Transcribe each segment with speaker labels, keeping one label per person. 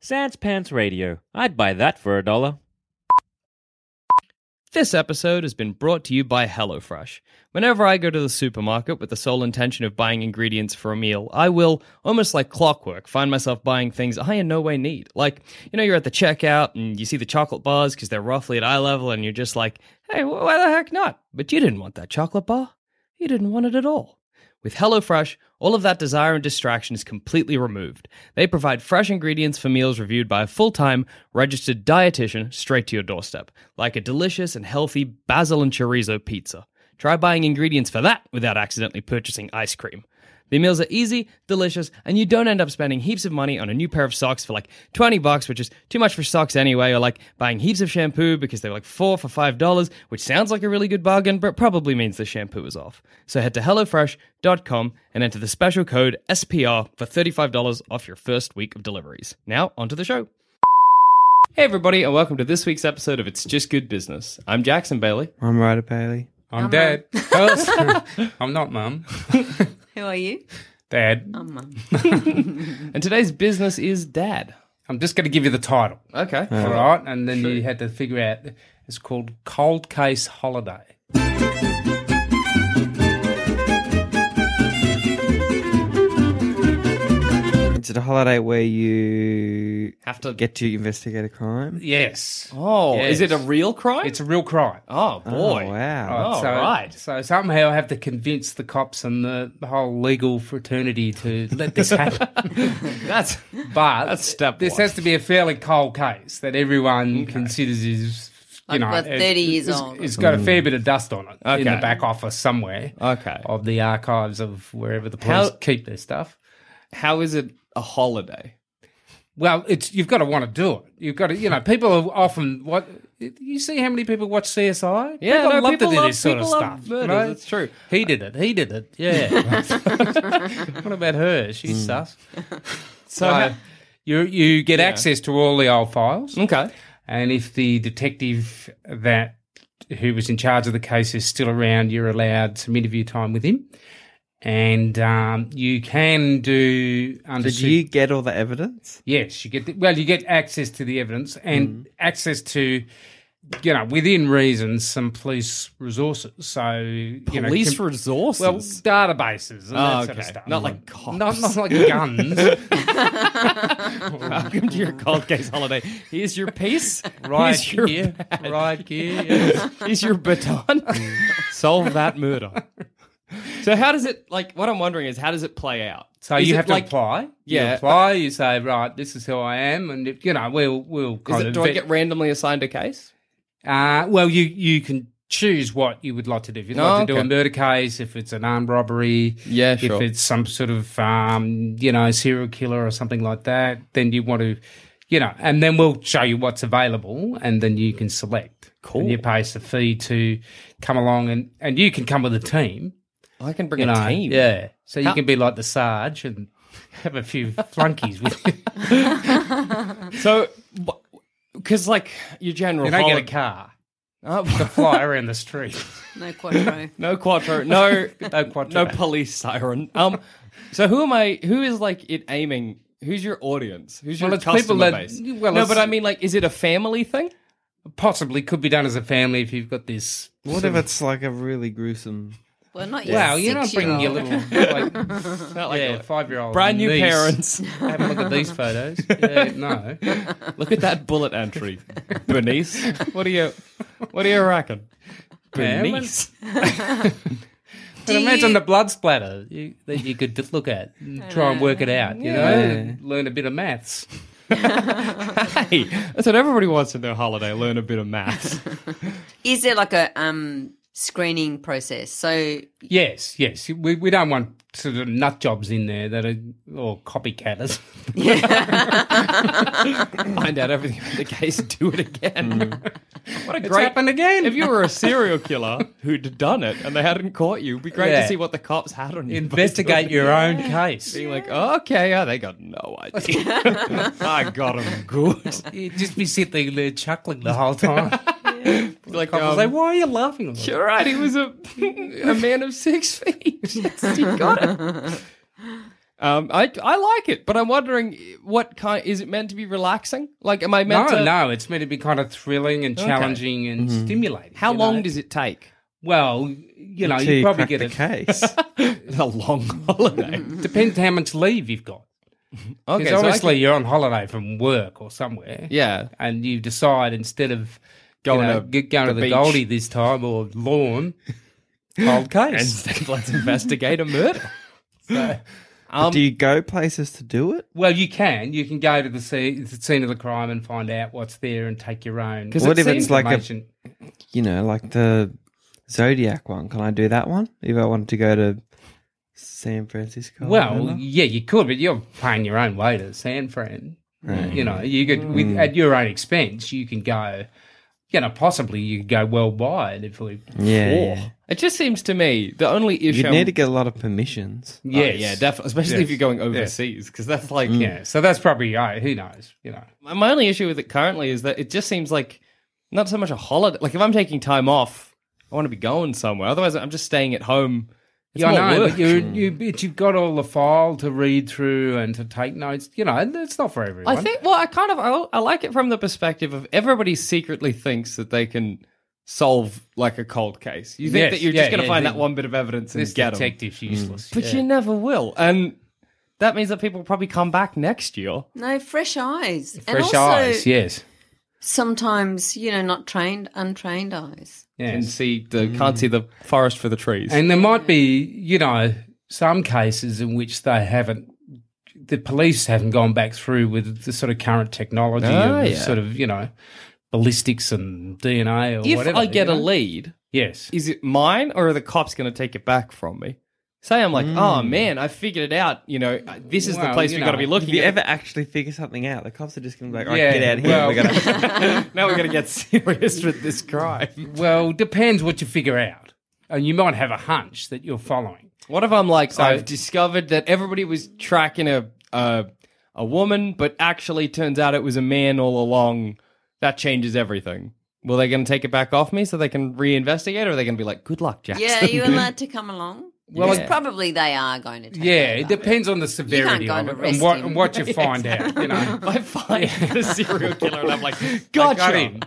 Speaker 1: Sans Pants Radio. I'd buy that for a dollar.
Speaker 2: This episode has been brought to you by HelloFresh. Whenever I go to the supermarket with the sole intention of buying ingredients for a meal, I will, almost like clockwork, find myself buying things I in no way need. Like, you know, you're at the checkout and you see the chocolate bars because they're roughly at eye level, and you're just like, hey, wh- why the heck not? But you didn't want that chocolate bar. You didn't want it at all. With HelloFresh, all of that desire and distraction is completely removed. They provide fresh ingredients for meals reviewed by a full time, registered dietitian straight to your doorstep, like a delicious and healthy basil and chorizo pizza. Try buying ingredients for that without accidentally purchasing ice cream. The meals are easy, delicious, and you don't end up spending heaps of money on a new pair of socks for like 20 bucks, which is too much for socks anyway, or like buying heaps of shampoo because they're like 4 for $5, which sounds like a really good bargain, but probably means the shampoo is off. So head to hellofresh.com and enter the special code SPR for $35 off your first week of deliveries. Now, onto the show. Hey everybody, and welcome to this week's episode of It's Just Good Business. I'm Jackson Bailey.
Speaker 3: I'm Ryder Bailey.
Speaker 4: I'm dead. Oh, I'm not, mum.
Speaker 5: Who are you?
Speaker 4: Dad.
Speaker 5: I'm mum.
Speaker 2: And today's business is dad. Uh,
Speaker 4: I'm just going to give you the title,
Speaker 2: Okay.
Speaker 4: all right? Uh, And then you had to figure out. It's called Cold Case Holiday.
Speaker 3: Is it a holiday where you
Speaker 2: Have to
Speaker 3: get to investigate a crime?
Speaker 4: Yes.
Speaker 2: Oh, is it
Speaker 4: Yes.
Speaker 2: a real crime?
Speaker 4: It's a real crime.
Speaker 2: oh boy!
Speaker 3: Oh, wow.
Speaker 2: Oh,
Speaker 4: so,
Speaker 2: right.
Speaker 4: So somehow I have to convince the cops and the, the whole legal fraternity to let this happen.
Speaker 2: That's
Speaker 4: But
Speaker 2: That's step
Speaker 4: this
Speaker 2: one.
Speaker 4: has to be a fairly cold case that everyone considers is you
Speaker 5: Like
Speaker 4: know
Speaker 5: we're 30 years
Speaker 4: it's-
Speaker 5: old.
Speaker 4: It's got a fair bit of dust on it in
Speaker 2: Mm. Okay.
Speaker 4: the back office somewhere.
Speaker 2: Okay.
Speaker 4: Of the archives of wherever the police
Speaker 2: How-
Speaker 4: keep their stuff.
Speaker 2: how is it a holiday?
Speaker 4: Well, it's you've got to want to do it. You've got to, you know, people are often what you see how many people watch CSI.
Speaker 2: Yeah,
Speaker 4: people
Speaker 2: no,
Speaker 4: love
Speaker 2: people
Speaker 4: to do
Speaker 2: love-
Speaker 4: this sort of
Speaker 2: people
Speaker 4: stuff.
Speaker 2: love murders,
Speaker 4: right?
Speaker 2: it's true.
Speaker 4: He did it. He did it. Yeah. what about her?
Speaker 2: Mm.
Speaker 4: She's sus.
Speaker 2: So
Speaker 4: Uh, you you get access to all the old files.
Speaker 2: how- okay,
Speaker 4: And if the detective that who was in charge of the case is still around, you're allowed some interview time with him. And um, you can do under
Speaker 3: Did
Speaker 4: su-
Speaker 3: you get all the evidence? Mm-hmm.
Speaker 4: yes, you get the, well, you get access to the evidence and access to you know within reason some police resources. So you know,
Speaker 2: police
Speaker 4: com-
Speaker 2: resources.
Speaker 4: well databases
Speaker 2: Oh,
Speaker 4: and that sort
Speaker 2: okay.
Speaker 4: of stuff. Mm.
Speaker 2: Not like cops.
Speaker 4: Not, not like guns.
Speaker 2: welcome to your cold case holiday. Here's your piece.
Speaker 4: right
Speaker 2: Here's your,
Speaker 4: here, right here.
Speaker 2: here's your baton. Solve that murder. So how does it like? What I'm wondering is how does it play out?
Speaker 4: So
Speaker 2: Is
Speaker 4: you
Speaker 2: it
Speaker 4: have to
Speaker 2: like-
Speaker 4: apply.
Speaker 2: Yeah.
Speaker 4: you apply. You say, right, this is who I am, and if, you know, we'll we'll
Speaker 2: Is
Speaker 4: kind
Speaker 2: it,
Speaker 4: of
Speaker 2: do I
Speaker 4: vet-
Speaker 2: get randomly assigned a case?
Speaker 4: Uh, well, you you can choose what you would like to do. If you'd like
Speaker 2: Oh,
Speaker 4: to do a
Speaker 2: okay.
Speaker 4: murder case, if it's an armed robbery,
Speaker 2: Yeah, sure.
Speaker 4: If it's some sort of um, you know serial killer or something like that, then you want to, you know, and then we'll show you what's available, and then you can select. Cool. And you pay us a fee to come along, and and you can come with a team.
Speaker 2: I can bring
Speaker 4: You
Speaker 2: a
Speaker 4: know,
Speaker 2: team.
Speaker 4: yeah. So
Speaker 2: How-
Speaker 4: you can be like the Sarge and have a few flunkies with you.
Speaker 2: So, because like your general,
Speaker 4: You don't get a
Speaker 2: holiday-
Speaker 4: car.
Speaker 2: Oh,
Speaker 4: The fly around the street.
Speaker 5: No quattro.
Speaker 2: No quattro. No
Speaker 4: No quattro.
Speaker 2: No police siren. Um. So who am I? Who is like it aiming? Who's your audience? Who's your
Speaker 4: Well, it's
Speaker 2: customer
Speaker 4: people that-
Speaker 2: base?
Speaker 4: well,
Speaker 2: no,
Speaker 4: it's-
Speaker 2: but I mean, like, is it a family thing?
Speaker 4: Possibly could be done as a family if you've got this.
Speaker 3: What if it's like a really gruesome
Speaker 5: Well, not your
Speaker 4: Wow, you're not bringing your
Speaker 5: six-year-old.
Speaker 4: little like, not like
Speaker 2: Yeah.
Speaker 4: a five year old
Speaker 2: Brand new parents.
Speaker 4: Have a look at these photos. Yeah, no,
Speaker 2: Look at that bullet entry, Bernice. What do you, what do you reckon,
Speaker 4: Yeah, when-
Speaker 2: Bernice?
Speaker 4: but imagine the blood splatter you, that you could look at, and try and work it out. You know, learn a bit of maths.
Speaker 2: hey, that's what everybody wants in their holiday. Learn a bit of maths.
Speaker 5: Is there like a um, screening process? So
Speaker 4: Yes, yes. We we don't want sort of nut jobs in there that are or copycatters.
Speaker 2: Find out everything about the case. Do it again. What a
Speaker 4: Mm. It's
Speaker 2: great
Speaker 4: happened again.
Speaker 2: If you were a serial killer who'd done it and they hadn't caught you, it'd be great
Speaker 4: Yeah.
Speaker 2: to see what the cops had on you.
Speaker 4: investigate your own case.
Speaker 2: Being like, okay, yeah, they got no idea. I got them
Speaker 4: Oh,
Speaker 2: good.
Speaker 4: You'd just be sitting there chuckling the whole time.
Speaker 2: Like,
Speaker 4: I was
Speaker 2: um,
Speaker 4: like, why are you laughing?
Speaker 2: You're right. He was a a man of six feet. he got it. Um, I I like it, but I'm wondering what kind is it meant to be relaxing? Like, am I
Speaker 4: No,
Speaker 2: meant to?
Speaker 4: no, it's meant to be kind of thrilling and challenging and
Speaker 3: Mm-hmm.
Speaker 4: stimulating.
Speaker 2: How
Speaker 4: you
Speaker 2: long
Speaker 4: know?
Speaker 2: does it take?
Speaker 4: Well, you know,
Speaker 3: Until
Speaker 4: you probably
Speaker 3: crack
Speaker 4: get
Speaker 3: the
Speaker 4: it.
Speaker 3: case.
Speaker 2: A long holiday.
Speaker 4: Depends how much leave you've got.
Speaker 2: okay,
Speaker 4: Because
Speaker 2: so I
Speaker 4: obviously
Speaker 2: can-
Speaker 4: you're on holiday from work or somewhere.
Speaker 2: yeah.
Speaker 4: And you decide instead of
Speaker 2: Going
Speaker 4: you know,
Speaker 2: to
Speaker 4: g- going
Speaker 2: the
Speaker 4: to the
Speaker 2: beach.
Speaker 4: Goldie this time or lawn, cold case.
Speaker 2: And let's investigate a murder.
Speaker 4: Um,
Speaker 3: Do you go places to do it?
Speaker 4: well, you can. You can go to the scene, the scene of the crime and find out what's there and take your own.
Speaker 3: 'Cause What it if it's like a-
Speaker 4: information.
Speaker 3: You know, like the Zodiac one. Can I do that one? If I wanted to go to San Francisco.
Speaker 2: Oh,
Speaker 3: or
Speaker 4: Well,
Speaker 3: whatever?
Speaker 4: yeah, you could, but you're paying your own way to San Fran. You know, you could with
Speaker 2: Mm.
Speaker 4: at your own expense. You can go. You know, possibly you could go worldwide if we.
Speaker 3: yeah, yeah.
Speaker 2: Or- It just seems to me the only issue.
Speaker 3: You'd need to get a lot of permissions.
Speaker 2: Yeah,
Speaker 4: Yes.
Speaker 2: Oh, yeah, definitely. Especially
Speaker 4: Yes.
Speaker 2: if you're going overseas, because that's like
Speaker 4: Yeah, so that's probably uh, who knows. You know,
Speaker 2: My- my only issue with it currently is that it just seems like not so much a holiday. Like if I'm taking time off, I want to be going somewhere. Otherwise, I'm just staying at home. It's
Speaker 4: yeah,
Speaker 2: more
Speaker 4: I know,
Speaker 2: work. Hmm.
Speaker 4: but you, you, but you've got all the file to read through and to take notes. You know, and it's not for everyone.
Speaker 2: I think. Well, I kind of I, I like it from the perspective of everybody secretly thinks that they can solve like a cold case. You think
Speaker 4: Yes,
Speaker 2: that you're
Speaker 4: yeah,
Speaker 2: just going to
Speaker 4: yeah,
Speaker 2: find
Speaker 4: the-
Speaker 2: that one bit of evidence and
Speaker 4: this
Speaker 2: get 'em. Hmm.
Speaker 4: detective's useless.
Speaker 2: but you never will, and that means that people probably come back next year.
Speaker 5: no fresh eyes. And
Speaker 4: Fresh
Speaker 5: also,
Speaker 4: eyes, yes,
Speaker 5: Sometimes you know, not trained, untrained eyes.
Speaker 4: yes. Mm.
Speaker 2: And see the can't see the forest for the trees.
Speaker 4: And there might be, you know, some cases in which they haven't, the police haven't gone back through with the sort of current technology
Speaker 2: Ah,
Speaker 4: of
Speaker 2: yeah.
Speaker 4: sort of, you know, ballistics and DNA or
Speaker 2: if
Speaker 4: whatever.
Speaker 2: I get
Speaker 4: you
Speaker 2: a
Speaker 4: know?
Speaker 2: lead,
Speaker 4: Yes.
Speaker 2: is it mine or are the cops going to take it back from me? Say I'm like, oh man, I figured it out. You know, this is the
Speaker 4: Well,
Speaker 2: place
Speaker 4: you
Speaker 2: we've got to
Speaker 4: know,
Speaker 2: be
Speaker 3: If
Speaker 2: looking.
Speaker 3: you
Speaker 2: at.
Speaker 3: ever actually figure something out, the cops are just going to be like, all right,
Speaker 4: Yeah,
Speaker 3: get out of here.
Speaker 4: well-
Speaker 3: We're gonna...
Speaker 2: now we're going to get serious with this crime.
Speaker 4: Well, depends what you figure out. And you might have a hunch that you're following.
Speaker 2: What if I'm like, I've discovered that everybody was tracking a a, a woman, but actually turns out it was a man all along. That changes everything. Well, they going to take it back off me so they can reinvestigate, or are they going to be like, good luck, Jackson?
Speaker 5: Yeah, are you allowed to come along? Well,
Speaker 2: Yeah.
Speaker 5: probably they are going to. Take
Speaker 4: Yeah,
Speaker 5: over.
Speaker 4: it depends on the
Speaker 5: can't
Speaker 4: severity
Speaker 5: go
Speaker 4: of
Speaker 5: and
Speaker 4: it
Speaker 5: arrest
Speaker 4: and what,
Speaker 5: him.
Speaker 4: and what you find out, you know.
Speaker 2: I find a serial killer, and I'm like,
Speaker 4: I
Speaker 2: gotcha.
Speaker 4: got him.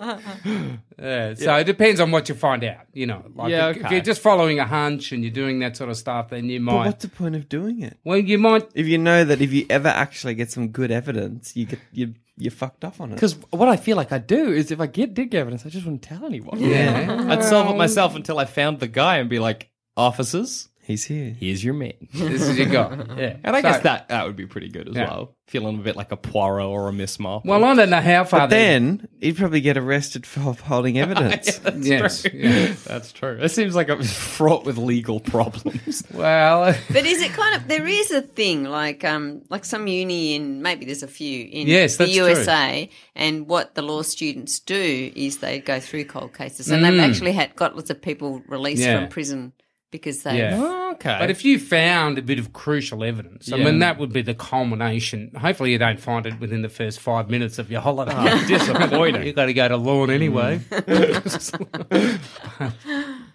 Speaker 4: Yeah, so it depends on what you find out, you know. Like
Speaker 2: Yeah,
Speaker 4: if- if
Speaker 2: okay.
Speaker 4: you're just following a hunch and you're doing that sort of stuff, then you
Speaker 3: but
Speaker 4: might.
Speaker 3: what's the point of doing it?
Speaker 4: Well, you might
Speaker 3: If you know that if you ever actually get some good evidence, you get you you're fucked up on it.
Speaker 2: Because what I feel like I do is if I get dig evidence, I just wouldn't tell anyone. Yeah. I'd solve it myself until I found the guy and be like, officers,
Speaker 3: he's here.
Speaker 2: here's your man.
Speaker 4: This is your guy. Yeah.
Speaker 2: And I
Speaker 4: So-
Speaker 2: guess that, that would be pretty good as
Speaker 4: Yeah.
Speaker 2: well. Feeling a bit like a Poirot or a Miss Marple.
Speaker 4: Well, I don't know how far.
Speaker 3: But
Speaker 4: they-
Speaker 3: then he'd probably get arrested for holding evidence.
Speaker 4: yes. yeah.
Speaker 2: that's true. It seems like I'm fraught with legal problems.
Speaker 4: Well,
Speaker 5: But is it kind of there is a thing like um like some uni in maybe there's a few in
Speaker 4: Yes,
Speaker 5: the
Speaker 4: that's true.
Speaker 5: USA and what the law students do is they go through cold cases and they've actually had got lots of people released
Speaker 4: Mm. Yeah.
Speaker 5: from prison because they
Speaker 4: Yeah.
Speaker 2: okay.
Speaker 4: but if you found a bit of crucial evidence, I
Speaker 2: Yeah.
Speaker 4: mean, that would be the culmination. Hopefully, you don't find it within the first five minutes of your holiday. disappointing. Oh. you got to go to lawn anyway.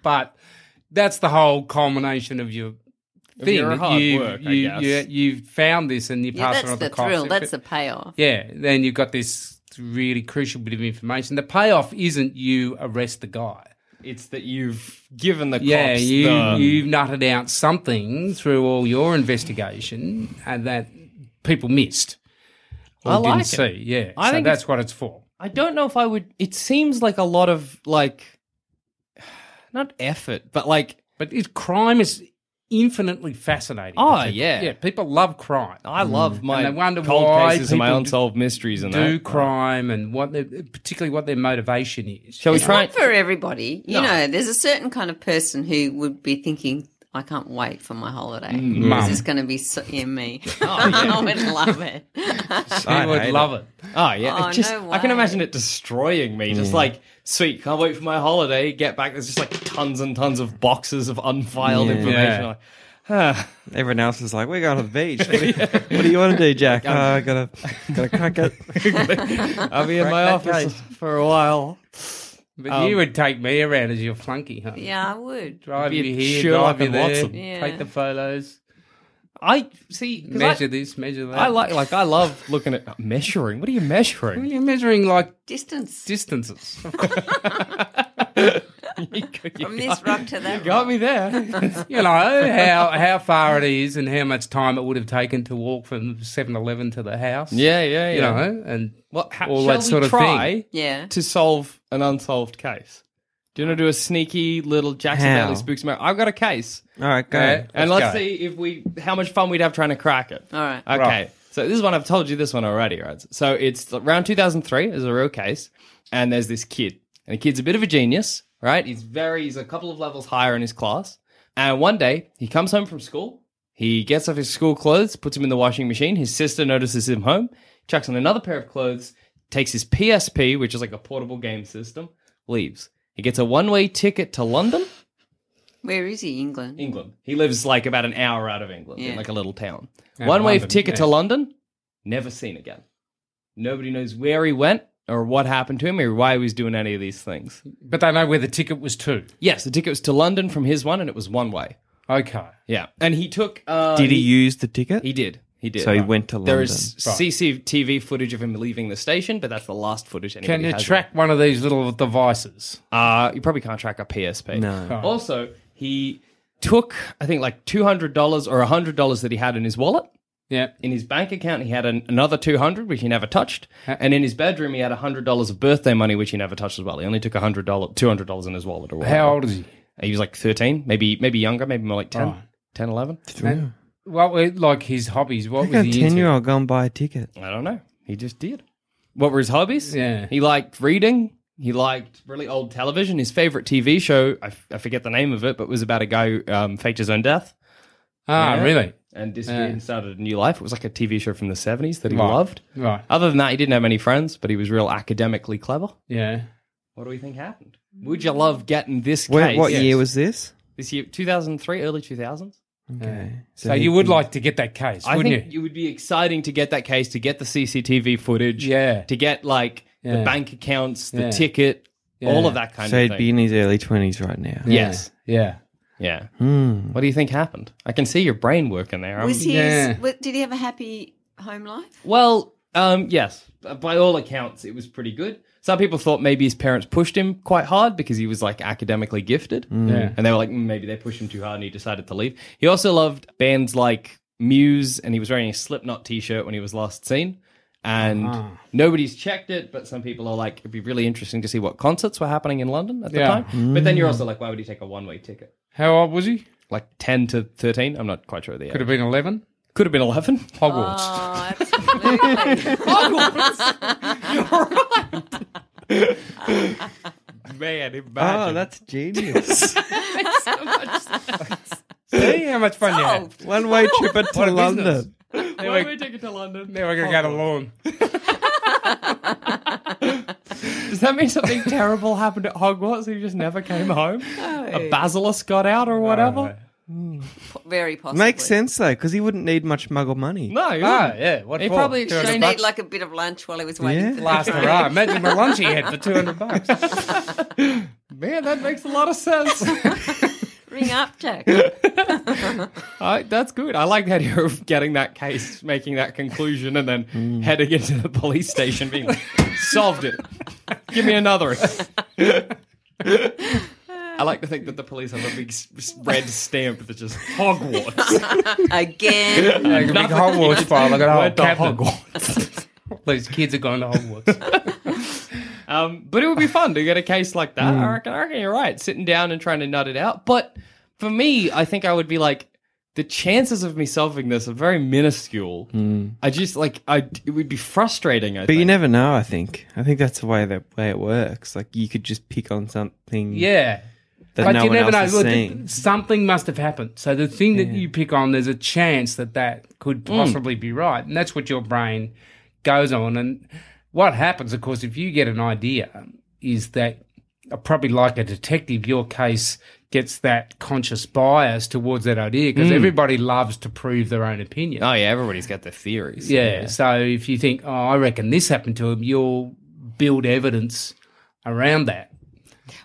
Speaker 4: but that's the whole culmination of your. Thing
Speaker 2: your
Speaker 4: that
Speaker 2: hard
Speaker 4: you,
Speaker 2: work, I
Speaker 4: you,
Speaker 2: guess.
Speaker 4: you, you've found this and you
Speaker 5: Yeah,
Speaker 4: pass it
Speaker 5: that's
Speaker 4: on
Speaker 5: the
Speaker 4: to cops.
Speaker 5: thrill.
Speaker 4: If
Speaker 5: That's
Speaker 4: it-
Speaker 5: the payoff.
Speaker 4: Yeah, then you've got this really crucial bit of information. The payoff isn't you arrest the guy.
Speaker 2: It's that you've given the cops
Speaker 4: Yeah, you
Speaker 2: the-
Speaker 4: you've nutted out something through all your investigation and that people missed. Or
Speaker 2: I like
Speaker 4: didn't
Speaker 2: it.
Speaker 4: see. Yeah.
Speaker 2: I
Speaker 4: so
Speaker 2: think
Speaker 4: that's
Speaker 2: it's-
Speaker 4: what it's for.
Speaker 2: I don't know if I would. It seems like a lot of like, not effort, but like
Speaker 4: But it, crime is infinitely fascinating. to
Speaker 2: Oh,
Speaker 4: people.
Speaker 2: yeah.
Speaker 4: Yeah, people love crime.
Speaker 2: I love my
Speaker 4: Mm. they wonder
Speaker 2: cold
Speaker 4: why
Speaker 2: cases and my
Speaker 4: people
Speaker 2: unsolved mysteries and
Speaker 4: do
Speaker 2: that.
Speaker 4: crime and what their, particularly what their motivation is.
Speaker 2: Shall we
Speaker 5: It's
Speaker 2: try?
Speaker 5: not for everybody. You
Speaker 2: No.
Speaker 5: know, there's a certain kind of person who would be thinking, I can't wait for my holiday.
Speaker 4: Mm. Mum.
Speaker 5: This is going to be so, yeah, me. I would love it.
Speaker 4: I would love it.
Speaker 2: Oh yeah,
Speaker 5: Oh,
Speaker 2: it just,
Speaker 5: no
Speaker 2: I can
Speaker 5: way.
Speaker 2: imagine it destroying me. Just like sweet, can't wait for my holiday. Get back. There's just like tons and tons of boxes of unfiled information.
Speaker 4: Yeah.
Speaker 2: Like,
Speaker 3: Everyone else is like, we're going to the beach. What do you, what do you want to do, Jack? Oh, I gotta, gotta crack it.
Speaker 2: I'll be in my
Speaker 3: Crack that
Speaker 2: office for a while.
Speaker 4: But
Speaker 2: Um,
Speaker 4: you would take me around as your flunky, huh?
Speaker 5: Yeah, I would.
Speaker 4: Drive
Speaker 2: Be
Speaker 4: you here,
Speaker 2: Sherlock
Speaker 4: drive you
Speaker 2: and
Speaker 4: there,
Speaker 2: Watson.
Speaker 5: Yeah.
Speaker 4: take the photos,
Speaker 2: I see. 'cause I-
Speaker 4: measure this, measure that.
Speaker 2: I like like I love looking at measuring. What are you measuring?
Speaker 4: Well, you're measuring like
Speaker 5: Distance
Speaker 4: distances.
Speaker 5: from this rock to that
Speaker 2: Got
Speaker 5: rock.
Speaker 2: me there.
Speaker 4: you know how how far it is and how much time it would have taken to walk from 7-Eleven to the house.
Speaker 2: yeah, yeah, yeah.
Speaker 4: you know, and
Speaker 2: well, ha-
Speaker 4: all
Speaker 2: shall
Speaker 4: that
Speaker 2: we
Speaker 4: sort of
Speaker 2: try
Speaker 4: thing.
Speaker 5: Yeah.
Speaker 2: to solve an unsolved case? Do you want to do a sneaky little Jackson
Speaker 3: How?
Speaker 2: Daily Spooks? Mo- I've got a case,
Speaker 3: All right, go.
Speaker 4: Yeah.
Speaker 2: and
Speaker 4: Let's
Speaker 2: let's
Speaker 4: go.
Speaker 2: see if we how much fun we'd have trying to crack it.
Speaker 5: All right.
Speaker 2: Okay.
Speaker 4: Right.
Speaker 2: So this is one I've told you this one already, right? So it's around 2003 is a real case, and there's this kid, and the kid's a bit of a genius, right? He's very he's a couple of levels higher in his class, and one day he comes home from school. He gets off his school clothes, puts them in the washing machine. His sister notices him home, chucks on another pair of clothes, takes his PSP, which is like a portable game system, leaves. He gets a one-way ticket to London.
Speaker 5: Where is he? England.
Speaker 2: England. He lives like about an hour out of England, in
Speaker 5: Yeah.
Speaker 2: like a little town. One way
Speaker 4: London,
Speaker 2: ticket
Speaker 4: yeah.
Speaker 2: to London, never seen again. Nobody knows where he went or what happened to him or why he was doing any of these things.
Speaker 4: but they know where the ticket was to.
Speaker 2: Yes, the ticket was to London from his one, and it was one way.
Speaker 4: Okay.
Speaker 2: Yeah, and he took. Uh,
Speaker 3: Did he use the ticket?
Speaker 2: He did. He did.
Speaker 3: So he went to
Speaker 2: There
Speaker 3: London.
Speaker 2: is CCTV footage of him leaving the station, but that's the last footage. Anybody
Speaker 4: Can you
Speaker 2: has of
Speaker 4: track one of these little devices?
Speaker 2: Uh, you probably can't track a PSP.
Speaker 3: No.
Speaker 2: Also, he took, I think, like $200 or $100 that he had in his wallet.
Speaker 4: Yeah.
Speaker 2: In his bank account, he had an, another 200 which he never touched. And in his bedroom, he had $100 of birthday money, which he never touched as well. He only took $100, $200 in his wallet or whatever.
Speaker 4: How old is he?
Speaker 2: He was like 13, maybe maybe younger, maybe more like 10, 10, 11.
Speaker 4: What were like his hobbies? What
Speaker 3: How can
Speaker 4: was he
Speaker 3: a
Speaker 4: into?
Speaker 3: ten-year-old go and buy a ticket?
Speaker 2: I don't know. He just did. What were his hobbies?
Speaker 4: Yeah.
Speaker 2: He liked reading. He liked really old television. His favorite TV show, I, f- I forget the name of it, but was about a guy who um, faked his own death
Speaker 4: Ah,
Speaker 2: Yeah.
Speaker 4: really?
Speaker 2: and disappeared and started a new life. It was like a TV show from the 70s that he
Speaker 4: Right.
Speaker 2: loved.
Speaker 4: Right.
Speaker 2: Other than that, he didn't have any friends, but he was real academically clever.
Speaker 4: Yeah.
Speaker 2: What do we think happened? Would you love getting this
Speaker 3: Where,
Speaker 2: case?
Speaker 3: what
Speaker 2: Yes.
Speaker 3: year was this?
Speaker 2: this year? 2003, early 2000s.
Speaker 3: Okay.
Speaker 4: So, you would like to get that case,
Speaker 2: I
Speaker 4: wouldn't
Speaker 2: think
Speaker 4: you?
Speaker 2: it would be exciting to get that case, to get the CCTV footage,
Speaker 4: Yeah.
Speaker 2: to get like
Speaker 4: Yeah.
Speaker 2: the bank accounts, the
Speaker 4: Yeah.
Speaker 2: ticket, all
Speaker 4: Yeah.
Speaker 2: of that kind
Speaker 3: So
Speaker 2: of
Speaker 3: he'd
Speaker 2: thing.
Speaker 3: be in his early twenties right now.
Speaker 2: yes,
Speaker 4: Yeah.
Speaker 2: yeah.
Speaker 3: Hmm.
Speaker 2: What do you think happened? I can see your brain working there. I'm-
Speaker 5: Was he?
Speaker 4: Yeah.
Speaker 5: wa- Did he have a happy home life?
Speaker 2: Well, um, yes, by all accounts, it was pretty good. Some people thought maybe his parents pushed him quite hard because he was like academically gifted.
Speaker 4: Yeah.
Speaker 2: And they were like, "Mm, maybe they pushed him too hard and he decided to leave. He also loved bands like Muse and he was wearing a Slipknot t shirt when he was last seen. And nobody's checked it, but some people are like, it'd be really interesting to see what concerts were happening in London at the
Speaker 4: Yeah.
Speaker 2: time. But then you're also like, why would he take a one way ticket?
Speaker 4: How old was he?
Speaker 2: Like 10 to 13? I'm not quite sure of the age.
Speaker 4: Could have been eleven.
Speaker 2: Could have been 11.
Speaker 4: Hogwarts.
Speaker 5: Oh, absolutely.
Speaker 2: Man, imagine.
Speaker 3: Oh, that's genius.
Speaker 4: See how much fun you
Speaker 5: Oh,
Speaker 4: had.
Speaker 3: One way trip it to London.
Speaker 2: Why would we take it to London?
Speaker 4: Now we're gonna go to Lawn.
Speaker 2: Does that mean something terrible happened at Hogwarts? He just never came home. A basilisk got out or whatever.
Speaker 5: Very possible.
Speaker 3: Makes sense though, because he wouldn't need much muggle money.
Speaker 2: No, he
Speaker 4: Ah,
Speaker 2: wouldn't.
Speaker 4: yeah. What
Speaker 2: He
Speaker 4: for?
Speaker 2: probably
Speaker 4: 200
Speaker 5: Did
Speaker 2: exchanged-
Speaker 5: he need
Speaker 4: bucks?
Speaker 5: like a bit of lunch while he was waiting
Speaker 3: Yeah.
Speaker 5: for the
Speaker 4: last
Speaker 5: train?
Speaker 4: hurrah. Imagine the lunch he had for two hundred bucks.
Speaker 2: Man, that makes a lot of sense.
Speaker 5: Ring up, Jack.
Speaker 2: Uh, that's good. I like the idea of getting that case, making that conclusion, and then
Speaker 4: Hmm.
Speaker 2: heading into the police station, being like, solved it. Give me another. I like to think that the police have a big s- s- red stamp that just Hogwarts.
Speaker 5: Again.
Speaker 4: Like a big
Speaker 2: Nothing.
Speaker 4: Hogwarts file. Look at all
Speaker 2: Went to
Speaker 4: cabinet.
Speaker 2: Hogwarts.
Speaker 4: Those kids are going to Hogwarts.
Speaker 2: Um, but it would be fun to get a case like that.
Speaker 3: Mm.
Speaker 2: I reckon. I reckon you're right. Sitting down and trying to nut it out. But for me, I think I would be like, the chances of me solving this are very minuscule. I just like, I it would be frustrating. I
Speaker 3: Mm. But
Speaker 2: think.
Speaker 3: you never know. I think. I think that's the way that way it works. Like you could just pick on something.
Speaker 4: yeah.
Speaker 3: That no
Speaker 4: you
Speaker 3: one else is
Speaker 4: Look,
Speaker 3: seeing.
Speaker 4: something must have happened. So the thing that you pick on, there's a chance that that could possibly be right, and that's what your brain goes on. And what happens, of course, if you get an idea, is that uh, probably like a detective, your case gets that conscious bias towards that idea because everybody loves to prove their own opinion.
Speaker 2: Oh yeah, everybody's got their theories.
Speaker 4: Yeah. So if you think, oh, I reckon this happened to him, you'll build evidence around that.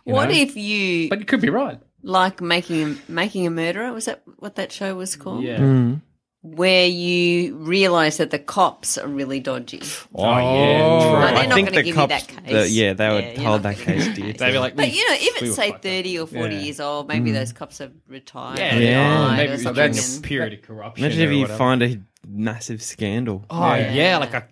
Speaker 5: what
Speaker 4: know?
Speaker 5: if you
Speaker 4: But you could be right.
Speaker 5: like making a, making a murderer? Was that what that show was called? Yeah.
Speaker 3: Mm.
Speaker 5: Where you realise that the cops are really dodgy.
Speaker 2: Oh, yeah.
Speaker 5: No,
Speaker 2: true.
Speaker 5: they're
Speaker 3: I
Speaker 5: not
Speaker 3: think
Speaker 5: going
Speaker 3: the
Speaker 5: to give
Speaker 3: cops-
Speaker 5: you that
Speaker 3: the-
Speaker 5: case.
Speaker 3: yeah, they would
Speaker 5: you're not
Speaker 3: hold
Speaker 5: gonna
Speaker 3: that
Speaker 5: give you
Speaker 3: case to you.
Speaker 2: They'd be like,
Speaker 5: But
Speaker 2: "We-
Speaker 5: you know, if
Speaker 2: we
Speaker 5: it's
Speaker 2: were
Speaker 5: say
Speaker 2: fucked up."
Speaker 5: thirty or forty years old, maybe those cops have retired.
Speaker 2: yeah,
Speaker 5: or
Speaker 3: Yeah.
Speaker 5: died or
Speaker 2: Maybe it was
Speaker 5: something,
Speaker 2: during
Speaker 4: that's-
Speaker 2: a
Speaker 5: and-
Speaker 2: period of corruption.
Speaker 3: Imagine if
Speaker 2: or
Speaker 3: you
Speaker 2: whatever.
Speaker 3: find a massive scandal,
Speaker 2: Oh yeah, like a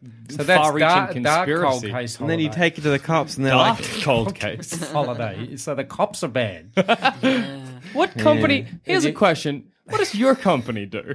Speaker 2: far-reaching
Speaker 4: cold
Speaker 2: conspiracy.
Speaker 4: case
Speaker 3: and then you
Speaker 4: holiday.
Speaker 3: take it to the cops, and they're
Speaker 2: Dark
Speaker 3: like,
Speaker 2: cold case.
Speaker 4: holiday. So the cops are bad.
Speaker 2: What company? Here's a question. What does your company do?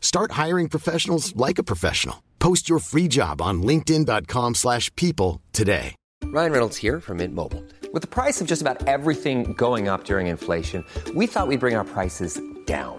Speaker 6: Start hiring professionals like a professional. Post your free job on linkedin.com/people slash people today.
Speaker 7: Ryan Reynolds here from Mint Mobile. With the price of just about everything going up during inflation, we thought we'd bring our prices down.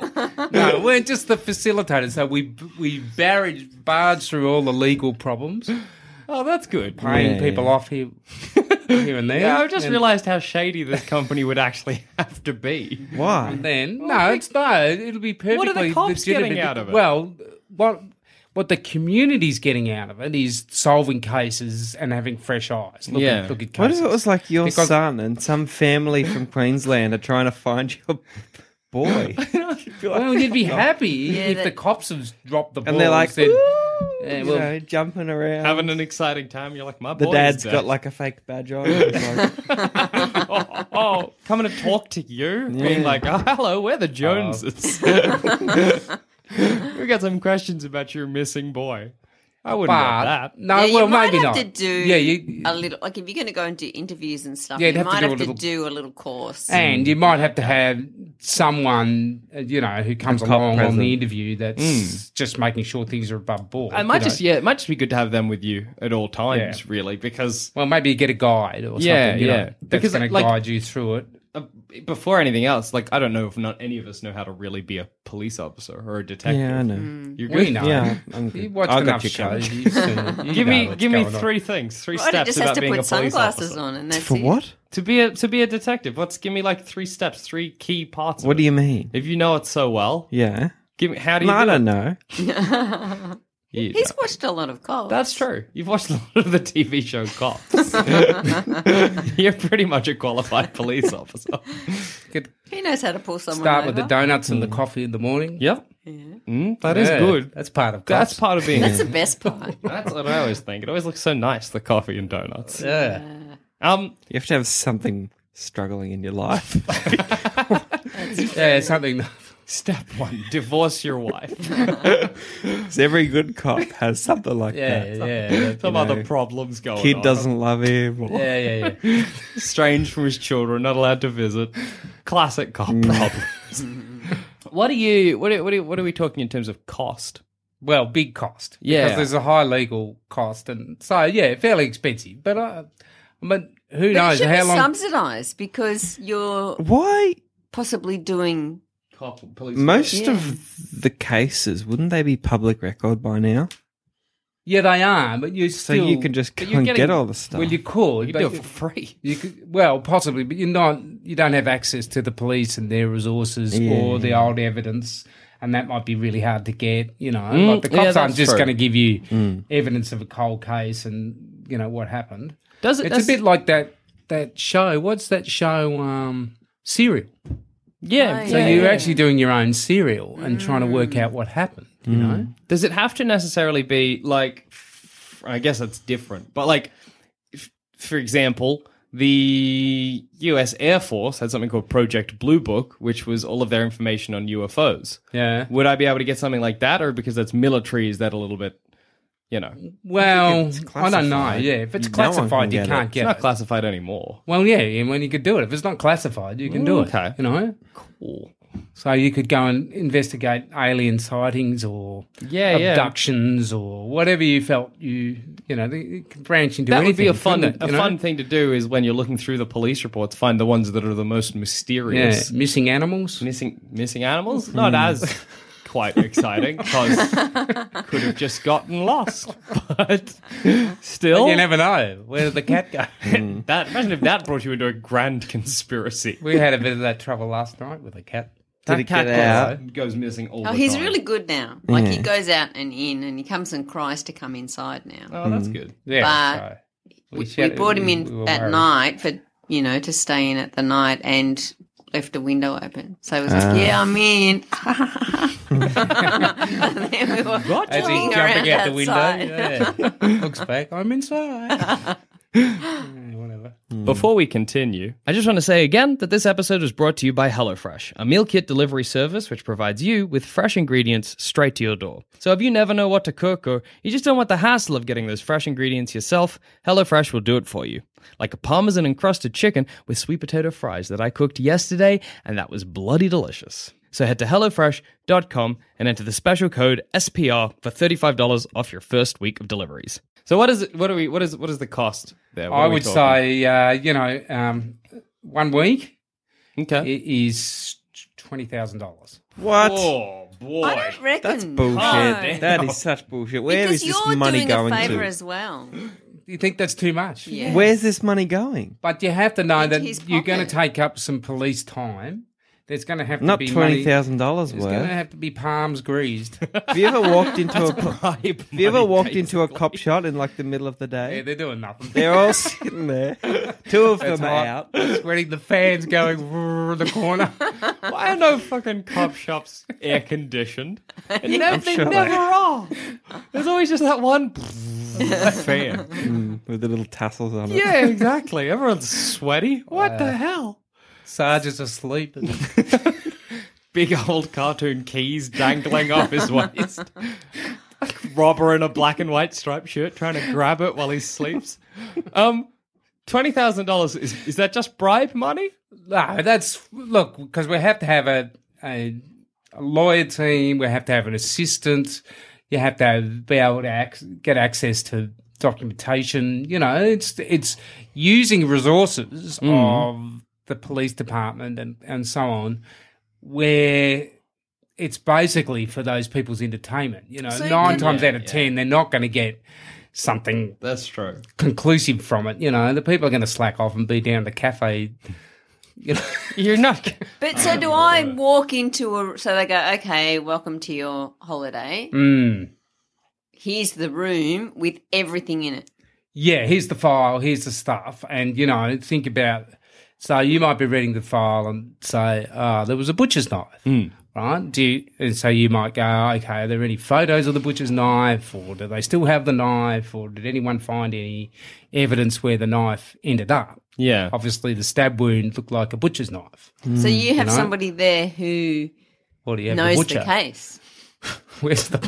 Speaker 4: no, we're just the facilitators. So we we barrage barge through all the legal problems,
Speaker 2: oh, that's good.
Speaker 4: paying
Speaker 3: Yeah,
Speaker 4: people
Speaker 3: yeah.
Speaker 4: off here, here and there.
Speaker 2: Yeah, I've just
Speaker 4: and
Speaker 2: realized how shady this company would actually have to be.
Speaker 3: "Why?"
Speaker 4: Then no, it's no. It'll be perfectly.
Speaker 2: What are the cops getting
Speaker 4: legitimate.
Speaker 2: out of it?
Speaker 4: Well, what what the community's getting out of it is solving cases and having fresh eyes. Look
Speaker 2: Yeah.
Speaker 4: at, look at cases.
Speaker 3: What if it was like your
Speaker 4: Because-
Speaker 3: son and some family from Queensland are trying to find your boy?
Speaker 4: Well, you'd be happy if
Speaker 5: that-
Speaker 4: the cops have dropped the ball
Speaker 3: And they're like,
Speaker 4: said,
Speaker 3: you
Speaker 4: Yeah, well-
Speaker 3: know, jumping around.
Speaker 2: Having an exciting time, you're like, my
Speaker 3: the
Speaker 2: boy
Speaker 3: dad's
Speaker 2: is
Speaker 3: got like a fake badge on. He's like,
Speaker 2: oh, oh, coming to talk to you, being like, oh, hello, we're the Joneses. we got some questions about your missing boy. I wouldn't want
Speaker 4: but
Speaker 2: that.
Speaker 4: no,
Speaker 5: Yeah, you
Speaker 4: well,
Speaker 5: might
Speaker 4: maybe
Speaker 5: have
Speaker 4: not.
Speaker 5: to do
Speaker 4: yeah, you,
Speaker 5: a little. Like if you're going to go and do interviews and stuff,
Speaker 4: Yeah, you'd
Speaker 5: you
Speaker 4: have to
Speaker 5: might
Speaker 4: do
Speaker 5: have
Speaker 4: a
Speaker 5: to
Speaker 4: little-
Speaker 5: do a little course.
Speaker 4: and you might have to have someone uh, you know who comes
Speaker 3: cop
Speaker 4: along on
Speaker 3: present.
Speaker 4: the interview that's
Speaker 2: Mm.
Speaker 4: just making sure things are above board.
Speaker 2: It might
Speaker 4: you know.
Speaker 2: just, yeah, it might just be good to have them with you at all times, really, because
Speaker 4: Well, maybe you get a guide or
Speaker 2: Yeah,
Speaker 4: something. You
Speaker 2: yeah.
Speaker 4: know, that's
Speaker 2: Because,
Speaker 4: going to
Speaker 2: like-
Speaker 4: guide you through it.
Speaker 2: uh, before anything else, like, I don't know if not any of us know how to really be a police officer or a detective.
Speaker 3: yeah, I know.
Speaker 5: Mm.
Speaker 2: You're good.
Speaker 4: We know.
Speaker 3: Yeah, I'm good.
Speaker 4: You watched
Speaker 3: I got
Speaker 4: enough
Speaker 3: you covered.
Speaker 4: shows. You've seen it. You
Speaker 2: Give
Speaker 4: know
Speaker 2: me,
Speaker 4: what's
Speaker 2: give me
Speaker 4: going on.
Speaker 2: three things, three
Speaker 5: Right, it
Speaker 2: steps
Speaker 5: just
Speaker 2: about
Speaker 5: has to
Speaker 2: being a
Speaker 5: put
Speaker 2: police
Speaker 5: sunglasses
Speaker 2: officer.
Speaker 5: on, and that's
Speaker 3: For
Speaker 5: it.
Speaker 3: what?
Speaker 2: To be a to be a detective, what's give me like three steps, three key parts. of
Speaker 3: What do
Speaker 2: it.
Speaker 3: you mean?
Speaker 2: If you know it so well,
Speaker 3: Yeah.
Speaker 2: give me how do you?
Speaker 3: No, I
Speaker 2: do
Speaker 3: don't
Speaker 2: it?
Speaker 3: know.
Speaker 2: You
Speaker 5: He's
Speaker 2: know.
Speaker 5: watched a lot of cops.
Speaker 2: That's true. You've watched a lot of the TV show Cops. You're pretty much a qualified police officer.
Speaker 4: Could
Speaker 5: He knows how to pull someone
Speaker 4: start with the
Speaker 5: over.
Speaker 4: donuts and the coffee in the morning.
Speaker 2: Yep. Mm, that is
Speaker 4: Yeah,
Speaker 2: Mm. good.
Speaker 4: That's part of
Speaker 2: That's
Speaker 4: cops.
Speaker 2: part of being.
Speaker 5: That's the best part.
Speaker 2: That's what I always think. It always looks so nice, the coffee and donuts.
Speaker 4: Yeah.
Speaker 2: Um,
Speaker 3: You have to have something struggling in your life.
Speaker 4: Yeah, it's something.
Speaker 2: step one: divorce your wife.
Speaker 3: So every good cop has something like
Speaker 4: Yeah,
Speaker 3: that.
Speaker 4: yeah, yeah.
Speaker 2: Some other problems going
Speaker 3: Kid
Speaker 2: on.
Speaker 3: doesn't love him. Or
Speaker 4: Yeah, yeah, yeah.
Speaker 2: estranged from his children, not allowed to visit. Classic cop problems. what are you? What are, what, are, what are we talking in terms of cost?
Speaker 4: Well, big cost.
Speaker 2: Yeah.
Speaker 4: Because there's a high legal cost. And so, yeah, fairly expensive. But, uh, I mean, who
Speaker 5: But it
Speaker 4: knows
Speaker 5: should
Speaker 4: how
Speaker 5: be
Speaker 4: long.
Speaker 5: subsidised because you're
Speaker 3: Why?
Speaker 5: possibly doing.
Speaker 4: Cop, police.
Speaker 3: Most
Speaker 5: Yeah.
Speaker 3: of the cases, wouldn't they be public record by now?
Speaker 4: Yeah, they are. But you
Speaker 3: So
Speaker 4: still.
Speaker 3: you can just
Speaker 2: but
Speaker 3: go
Speaker 2: you're
Speaker 3: and
Speaker 2: getting-
Speaker 3: get all the stuff.
Speaker 4: Well, you could.
Speaker 2: You
Speaker 4: but
Speaker 2: do it for free.
Speaker 4: You could, well, possibly, but you're not. You don't have access to the police and their resources or the old evidence, and that might be really hard to get. You know, like the
Speaker 2: Mm, yeah,
Speaker 4: cops aren't
Speaker 2: that's
Speaker 4: just
Speaker 2: true. Mm.
Speaker 4: going to give you evidence of a cold case and you know what happened.
Speaker 2: Does it-
Speaker 4: It's
Speaker 2: that's-
Speaker 4: a bit like that that show. What's that show? Um, serial.
Speaker 2: Yeah.
Speaker 5: Oh,
Speaker 2: so
Speaker 4: So
Speaker 5: yeah.
Speaker 2: you
Speaker 4: you're actually doing your own serial and trying to work out what happened.
Speaker 2: Mm.
Speaker 4: You know.
Speaker 2: does it have to necessarily be like? f- I guess that's different, but like, f- for example. The US Air Force had something called Project Blue Book, which was all of their information on UFOs.
Speaker 4: Yeah.
Speaker 2: Would I be able to get something like that, or because that's military, is that a little bit, you know, it's
Speaker 4: Well, I don't know.
Speaker 3: classified,
Speaker 4: Yeah, if it's
Speaker 3: no one can
Speaker 4: classified, you
Speaker 3: get it.
Speaker 4: can't get
Speaker 2: not
Speaker 4: it.
Speaker 2: classified anymore?
Speaker 4: Well, yeah, and when you could do it, if it's not classified, you can do it.
Speaker 2: Okay.
Speaker 4: You know?
Speaker 2: Cool.
Speaker 4: So you could go and investigate alien sightings or
Speaker 2: Yeah, yeah.
Speaker 4: abductions or whatever you felt you, you know, it can branch into
Speaker 2: That would be a
Speaker 4: anything,
Speaker 2: fun
Speaker 4: couldn't it,
Speaker 2: a
Speaker 4: you know?
Speaker 2: fun thing to do is when you're looking through the police reports, find the ones that are the most
Speaker 4: Yeah,
Speaker 2: mysterious.
Speaker 4: missing animals.
Speaker 2: Missing missing animals? Not as quite exciting because could have just gotten lost. But still Hmm.
Speaker 4: You never know. Where did the cat go?
Speaker 2: that imagine if that brought you into a grand conspiracy.
Speaker 4: we had a bit of that trouble last night with a cat.
Speaker 3: Did
Speaker 2: that
Speaker 3: it
Speaker 2: cat
Speaker 3: get
Speaker 2: goes-
Speaker 3: out?
Speaker 2: goes missing all
Speaker 5: Oh,
Speaker 2: the
Speaker 5: he's
Speaker 2: time.
Speaker 5: really good now. Like he goes out and in, and he comes and cries to come inside now.
Speaker 2: Oh,
Speaker 4: Mm-hmm.
Speaker 2: that's good.
Speaker 4: Yeah.
Speaker 5: But
Speaker 4: so
Speaker 5: we, we
Speaker 4: shout-
Speaker 5: brought him
Speaker 4: we-
Speaker 5: in
Speaker 4: we were
Speaker 5: at
Speaker 4: worried.
Speaker 5: night for you know to stay in at the night and left a window open. So he was like,
Speaker 3: Ah.
Speaker 5: "Yeah, I'm in." and then we were
Speaker 4: As
Speaker 5: walking
Speaker 4: he's
Speaker 5: around
Speaker 4: jumping out the window.
Speaker 5: outside.
Speaker 4: Yeah. Looks back, I'm inside. Yeah, whatever.
Speaker 2: Before we continue, I just want to say again that this episode is brought to you by HelloFresh, a meal kit delivery service which provides you with fresh ingredients straight to your door. So if you never know what to cook or you just don't want the hassle of getting those fresh ingredients yourself, HelloFresh will do it for you. Like a parmesan encrusted chicken with sweet potato fries that I cooked yesterday, and that was bloody delicious. So head to HelloFresh.com and enter the special code SPR for $35 off your first week of deliveries. So what is it, what are we what is what is the cost there? What
Speaker 4: I
Speaker 2: are we
Speaker 4: would
Speaker 2: talking?
Speaker 4: say, uh, you know, um, one week i-
Speaker 2: okay.
Speaker 4: is twenty thousand dollars.
Speaker 3: What?
Speaker 2: Oh boy.
Speaker 5: I don't reckon
Speaker 3: That's bullshit.
Speaker 5: No.
Speaker 3: That is such bullshit. Where
Speaker 5: because
Speaker 3: is this
Speaker 5: you're
Speaker 3: money
Speaker 5: doing
Speaker 3: going
Speaker 5: a favour
Speaker 3: to?
Speaker 5: as well.
Speaker 4: You think that's too much?
Speaker 5: Yeah.
Speaker 3: Where's this money going?
Speaker 4: But you have to know
Speaker 5: Into
Speaker 4: that
Speaker 5: his
Speaker 4: you're going to
Speaker 5: pocket.
Speaker 4: take up some police time. There's going to have to
Speaker 3: Not
Speaker 4: be
Speaker 3: twenty
Speaker 4: money-
Speaker 3: thousand dollars
Speaker 4: There's going to
Speaker 3: worth.
Speaker 4: have to be palms greased.
Speaker 3: Have you ever walked into a po- have
Speaker 2: bribe
Speaker 3: you ever
Speaker 2: money,
Speaker 3: walked
Speaker 2: basically.
Speaker 3: into a cop shot in like the middle of the
Speaker 4: yeah,
Speaker 3: day?
Speaker 4: they're doing nothing.
Speaker 3: They're all sitting there. Two of them are out.
Speaker 4: Sweating the fans going in the corner.
Speaker 2: Why are no fucking cop shops air conditioned? And never, they
Speaker 3: sure.
Speaker 2: never are. There's always just that one fan.
Speaker 3: with the little tassels on it.
Speaker 2: Yeah, exactly. Everyone's sweaty. What the hell?
Speaker 4: Sarge is asleep.
Speaker 2: Big old cartoon keys dangling off his waist. Robber in a black and white striped shirt trying to grab it while he sleeps. Um, twenty thousand dollars is is that just bribe money?
Speaker 4: No, that's look because we have to have a, a a lawyer team. We have to have an assistant. You have to have, be able to ac- get access to documentation. You know, it's it's using resources
Speaker 2: Hmm.
Speaker 4: of the police department and and so on, where it's basically for those people's entertainment. You know,
Speaker 5: So
Speaker 4: nine
Speaker 5: can-
Speaker 4: times out of ten, they're not going to get something
Speaker 2: That's true.
Speaker 4: conclusive from it. You know, the people are going to slack off and be down the cafe. You know.
Speaker 2: You're not.
Speaker 5: But so do I walk into a so they go, okay, welcome to your holiday.
Speaker 4: Mm.
Speaker 5: Here's the room with everything in it.
Speaker 4: yeah, here's the file, here's the stuff, and you know, think about So you might be reading the file and say, "Ah, there was a butcher's knife."
Speaker 2: Mm.
Speaker 4: Right? Do you, and so you might go, okay, are there any photos of the butcher's knife, or do they still have the knife, or did anyone find any evidence where the knife ended up?
Speaker 2: Yeah.
Speaker 4: Obviously, the stab wound looked like a butcher's knife.
Speaker 5: So
Speaker 3: Mm.
Speaker 5: you have
Speaker 4: know?
Speaker 5: somebody there who
Speaker 4: What do you have?
Speaker 5: knows
Speaker 4: the
Speaker 5: the,
Speaker 4: butcher.
Speaker 5: case.
Speaker 4: Where's the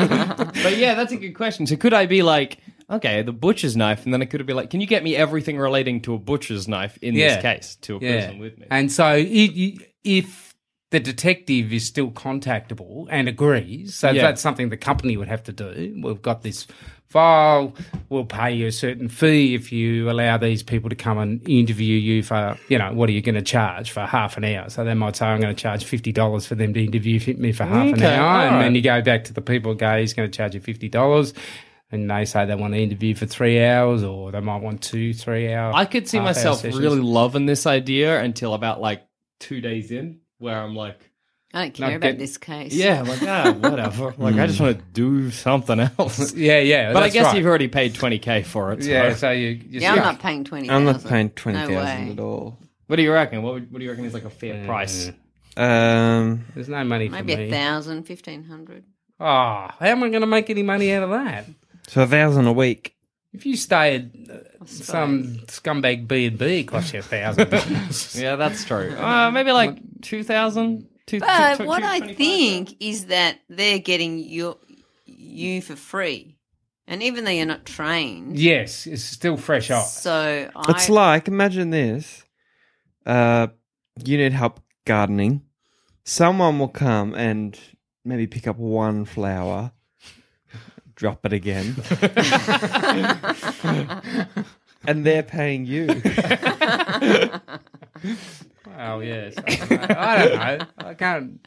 Speaker 2: but yeah, that's a good question. So could I be like, okay, the butcher's knife, and then I could be like, can you get me everything relating to a butcher's knife in
Speaker 4: Yeah.
Speaker 2: this case to a person with me?
Speaker 4: And so it, you- if the detective is still contactable and agrees, so
Speaker 2: Yeah.
Speaker 4: that's something the company would have to do. We've got this file. We'll pay you a certain fee if you allow these people to come and interview you for, you know, what are you going to charge for half an hour? So they might say, I'm going to charge $50 for them to interview fi- me for half an
Speaker 2: Okay,
Speaker 4: hour. And
Speaker 2: alright.
Speaker 4: then you go back to the people, go, he's going to charge you $50. And they say they want to interview for three hours, or they might want two, three hours.
Speaker 2: I could see myself really loving this idea until about like two days in, where I'm like,
Speaker 5: I don't care
Speaker 4: Not
Speaker 5: about
Speaker 4: get-
Speaker 5: this case.
Speaker 2: yeah, like ah, whatever. Like I just want to do something else.
Speaker 4: Hmm. Yeah, yeah.
Speaker 2: But I
Speaker 4: that's
Speaker 2: guess
Speaker 4: right.
Speaker 2: you've already paid twenty k for it. So.
Speaker 4: Yeah, so you. you
Speaker 5: Yeah, I'm
Speaker 4: see-
Speaker 5: not paying twenty.
Speaker 3: I'm not paying
Speaker 5: No
Speaker 3: twenty thousand
Speaker 5: way.
Speaker 3: at all.
Speaker 2: What do you reckon? What, would, what do you reckon is like a
Speaker 4: Hmm.
Speaker 2: fair price?
Speaker 3: Um,
Speaker 4: There's no money for
Speaker 5: Maybe a
Speaker 4: me.
Speaker 5: thousand, fifteen hundred.
Speaker 4: Oh, how am I going to make any money out of that?
Speaker 3: so a thousand a week.
Speaker 4: If you stay at uh, some scumbag B and B, costs you a thousand. dollars.
Speaker 2: Yeah, that's true. Uh, maybe like two thousand.
Speaker 5: But what I think is that they're getting your you for free, and even though you're not trained,
Speaker 4: yes, it's still fresh off.
Speaker 5: so I,
Speaker 3: It's like imagine this. Uh, you need help gardening. Someone will come and maybe pick up one flower, drop it again, and they're paying you.
Speaker 4: Oh yes, I don't know. I can't.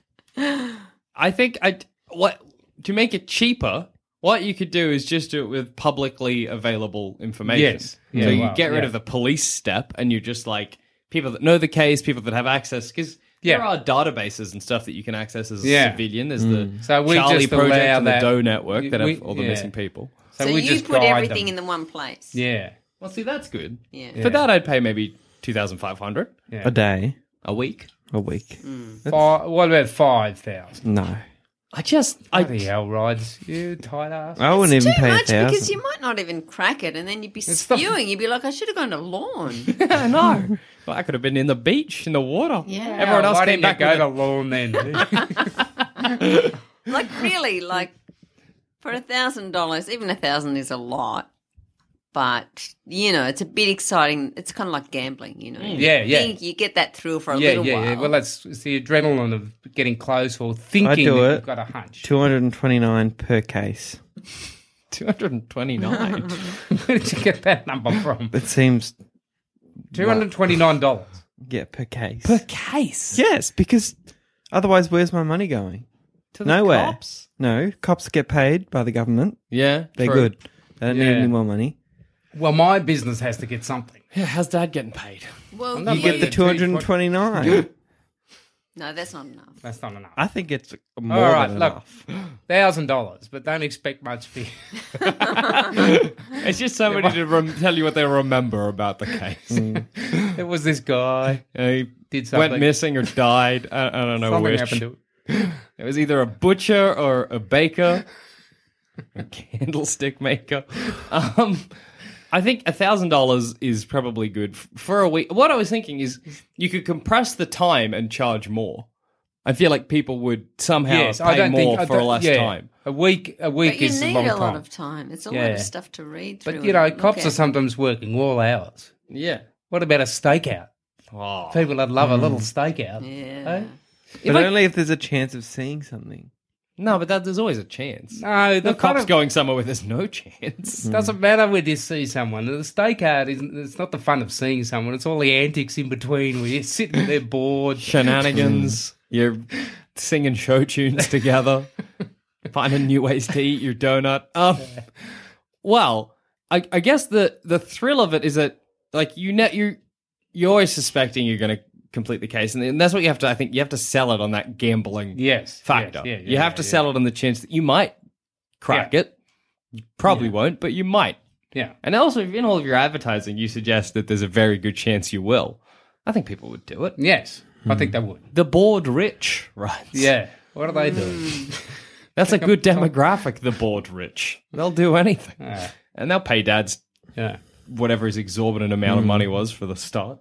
Speaker 2: I think I what to make it cheaper. What you could do is just do it with publicly available information.
Speaker 4: Yes.
Speaker 2: so
Speaker 4: Yeah,
Speaker 2: you
Speaker 4: wow,
Speaker 2: get rid
Speaker 4: yeah.
Speaker 2: of the police step, and you just like people that know the case, people that have access, because
Speaker 4: Yeah.
Speaker 2: there are databases and stuff that you can access as a
Speaker 4: Yeah. Mm.
Speaker 2: civilian. There's the
Speaker 4: So we
Speaker 2: Charlie
Speaker 4: just
Speaker 2: Project
Speaker 4: allow
Speaker 2: and the
Speaker 4: that-
Speaker 2: Doe Network that have
Speaker 4: we-
Speaker 2: all the
Speaker 4: yeah.
Speaker 2: missing people.
Speaker 5: so
Speaker 4: we
Speaker 5: you
Speaker 4: just
Speaker 5: put
Speaker 4: guide
Speaker 5: everything
Speaker 4: them.
Speaker 5: in the one place.
Speaker 4: Yeah,
Speaker 2: Well, see, that's good.
Speaker 5: Yeah.
Speaker 2: For that, I'd pay maybe two thousand five hundred
Speaker 3: A day,
Speaker 2: a week.
Speaker 3: a week.
Speaker 5: Mm.
Speaker 4: Fi what about five thousand?
Speaker 3: No,
Speaker 2: I just,
Speaker 4: Bloody
Speaker 2: I,
Speaker 4: hell, rides you tight ass.
Speaker 3: I wouldn't even
Speaker 5: Too
Speaker 3: pay a
Speaker 5: much because
Speaker 3: thousand.
Speaker 5: you might not even crack it, and then you'd be
Speaker 4: not-
Speaker 5: spewing. You'd be like, "I should have gone to lawn."
Speaker 2: I know. But I could have been in the beach, in the water.
Speaker 5: Yeah.
Speaker 2: Everyone else
Speaker 4: Why
Speaker 2: came
Speaker 4: didn't you
Speaker 2: back.
Speaker 4: go
Speaker 2: with
Speaker 4: to
Speaker 2: a-
Speaker 4: lawn then?
Speaker 5: like really, like for a thousand dollars, even a thousand is a lot. But you know, it's a bit exciting. It's kind of like gambling, you know.
Speaker 4: Mm. Yeah,
Speaker 5: you
Speaker 4: yeah.
Speaker 5: Think you get that thrill for a
Speaker 4: yeah,
Speaker 5: little
Speaker 4: yeah,
Speaker 5: while.
Speaker 4: yeah. Well, that's it's the adrenaline of getting close or thinking
Speaker 3: do
Speaker 4: that
Speaker 3: it.
Speaker 4: you've got a hunch.
Speaker 3: Two hundred and twenty-nine per case.
Speaker 2: 229.
Speaker 4: Where did you get that number from?
Speaker 3: It seems
Speaker 4: Two hundred twenty-nine dollars.
Speaker 3: yeah per case.
Speaker 2: case.
Speaker 3: yes, because otherwise, where's my money going? Nowhere. No, cops get paid by the government.
Speaker 2: Yeah.
Speaker 3: They're
Speaker 2: true.
Speaker 3: good. They don't need
Speaker 4: Yeah.
Speaker 3: any more money.
Speaker 4: Well, my business has to get something.
Speaker 2: Yeah, how's dad getting paid?
Speaker 5: Well,
Speaker 4: not
Speaker 5: you-
Speaker 4: getting
Speaker 3: Get the
Speaker 4: Yeah, 229.
Speaker 3: 229.
Speaker 5: no, that's not enough.
Speaker 4: That's not enough.
Speaker 3: I think it's more
Speaker 4: All right,
Speaker 3: than
Speaker 4: look,
Speaker 3: enough.
Speaker 4: thousand dollars, but don't expect much for
Speaker 2: It's just somebody to rem- tell you what they remember about the case.
Speaker 3: Mm.
Speaker 4: It was this guy.
Speaker 2: Uh, he
Speaker 4: Did something.
Speaker 2: went missing or died. I, I don't know
Speaker 4: Something
Speaker 2: which.
Speaker 4: happened to it.
Speaker 2: It was either a butcher or a baker, a candlestick maker. Um, I think a thousand dollars is probably good f- for a week. What I was thinking is you could compress the time and charge more. I feel like people would somehow
Speaker 4: Yes,
Speaker 2: pay
Speaker 4: I don't
Speaker 2: more
Speaker 4: think I
Speaker 2: for
Speaker 4: don't-
Speaker 2: less
Speaker 4: yeah,
Speaker 2: time.
Speaker 4: A week, a week
Speaker 5: But you
Speaker 4: is
Speaker 5: need
Speaker 4: a long
Speaker 5: a lot
Speaker 4: time.
Speaker 5: of time. It's a lot
Speaker 4: Yeah.
Speaker 5: of stuff to read through.
Speaker 4: But you
Speaker 5: and
Speaker 4: know,
Speaker 5: look
Speaker 4: cops
Speaker 5: at.
Speaker 4: are sometimes working all hours.
Speaker 2: Yeah.
Speaker 4: What about a stakeout?
Speaker 2: Oh.
Speaker 4: People would love a little stakeout.
Speaker 5: Mm. Yeah.
Speaker 4: eh?
Speaker 3: But only if there's a chance of seeing something.
Speaker 2: No, but that, there's always a chance.
Speaker 4: No,
Speaker 2: the
Speaker 4: the
Speaker 2: cop's
Speaker 4: kind of-
Speaker 2: going somewhere where there's no chance.
Speaker 4: Doesn't matter when you see someone. The stakeout is it's not the fun of seeing someone. It's all the antics in between where you're sitting there bored.
Speaker 2: Shenanigans. You're singing show tunes together. finding new ways to eat your donut. Um, well, I, I guess the the thrill of it is that like you net you you're always suspecting you're going to complete the case, and, and that's what you have to. I think you have to sell it on that gambling
Speaker 4: Yes,
Speaker 2: factor.
Speaker 4: yes, yeah, yeah,
Speaker 2: you have
Speaker 4: yeah,
Speaker 2: to
Speaker 4: yeah.
Speaker 2: sell it on the chance that you might crack
Speaker 4: Yeah.
Speaker 2: it. You probably won't, but you might.
Speaker 4: Yeah.
Speaker 2: And also, in all of your advertising, you suggest that there's a very good chance you will. I think people would do it.
Speaker 4: Yes, I think they would.
Speaker 2: The bored rich, right?
Speaker 4: Yeah. What are they doing?
Speaker 5: Hmm.
Speaker 2: That's a good demographic, the bored rich. They'll do anything.
Speaker 4: Yeah.
Speaker 2: And they'll pay dad's
Speaker 4: Yeah.
Speaker 2: whatever his exorbitant amount of
Speaker 4: Mm.
Speaker 2: money was for the start.